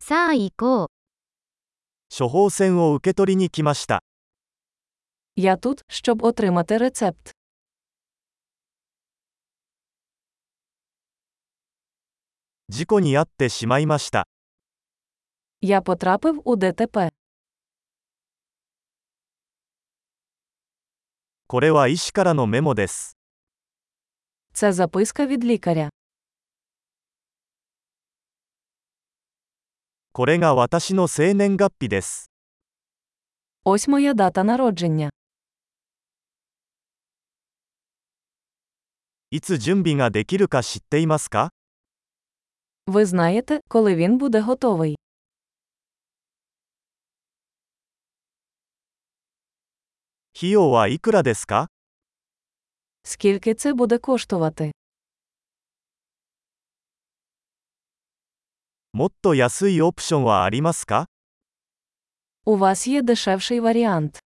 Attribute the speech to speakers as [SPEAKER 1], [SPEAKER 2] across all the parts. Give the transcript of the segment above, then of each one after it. [SPEAKER 1] さあ行こう。
[SPEAKER 2] 処方箋を受け取りに来ました。
[SPEAKER 3] Я тут, щоб отримати рецепт.
[SPEAKER 2] 事故に遭ってしまいました。
[SPEAKER 3] Я потрапив у ДТП.
[SPEAKER 2] これは医師からのメモです。
[SPEAKER 3] Це записка від лікаря.
[SPEAKER 2] これが私の生年月日です。
[SPEAKER 3] Ось моя дата народження.
[SPEAKER 2] いつ準備ができるか知っていますか
[SPEAKER 3] Ви знаєте, коли він буде готовий.
[SPEAKER 2] 費用はいくらですか
[SPEAKER 3] Скільки це буде коштувати?
[SPEAKER 2] もっと安いオプションはありますか
[SPEAKER 3] У вас є дешевший варіант.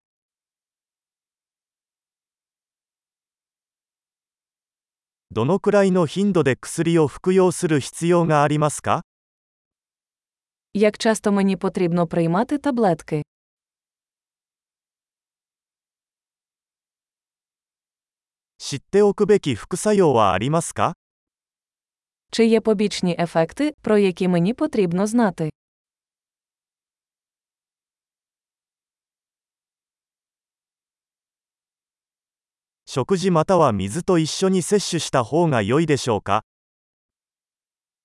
[SPEAKER 2] どのくらいの頻度で薬を服用する必要がありますか
[SPEAKER 3] Як часто мені потрібно приймати таблетки?
[SPEAKER 2] 知っておくべき副作用はありますか
[SPEAKER 3] Чи є побічні ефекти, про які мені потрібно знати?
[SPEAKER 2] 食事または水と一緒に摂取した方が良いでしょうか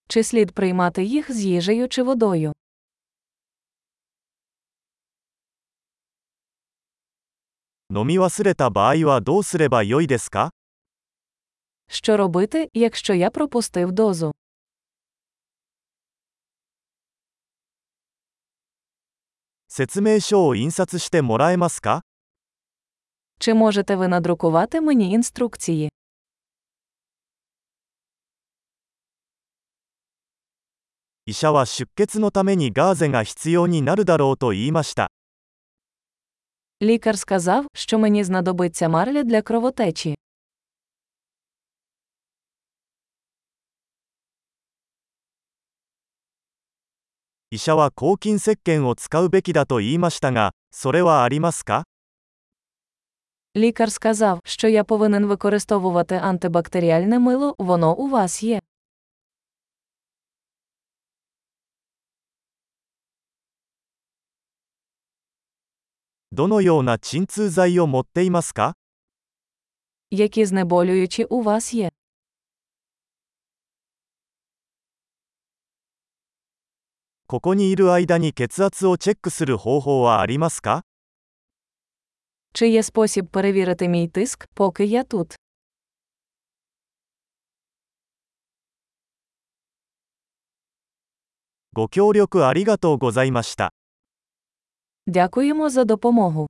[SPEAKER 3] Чи слід приймати їх з їжею чи водою?
[SPEAKER 2] 飲み忘れた場合はどうすれば良いですか
[SPEAKER 3] Що робити, якщо я пропустив дозу?
[SPEAKER 2] 説明書を印刷してもらえますか
[SPEAKER 3] Чи можете ви надрукувати мені інструкції?
[SPEAKER 2] 医者は出血のためにガーゼが必要になるだろうと言いました。
[SPEAKER 3] Лікар сказав, що мені знадобиться марля для кровотечі.
[SPEAKER 2] 医者は抗菌石鹸を使うべきだと言いましたが、それはありますか
[SPEAKER 3] Лікар сказав, що я повинен використовувати антибактеріальне мило, воно у вас є.
[SPEAKER 2] 「どのような鎮痛剤を持っていますか
[SPEAKER 3] Які знеболюючі у вас є?
[SPEAKER 2] ここにいる間に血圧をチェックする方法はありますか
[SPEAKER 3] Чи є спосіб перевірити мій тиск, поки я тут?
[SPEAKER 2] ご協力ありがとうございました。
[SPEAKER 3] Дякуємо за допомогу.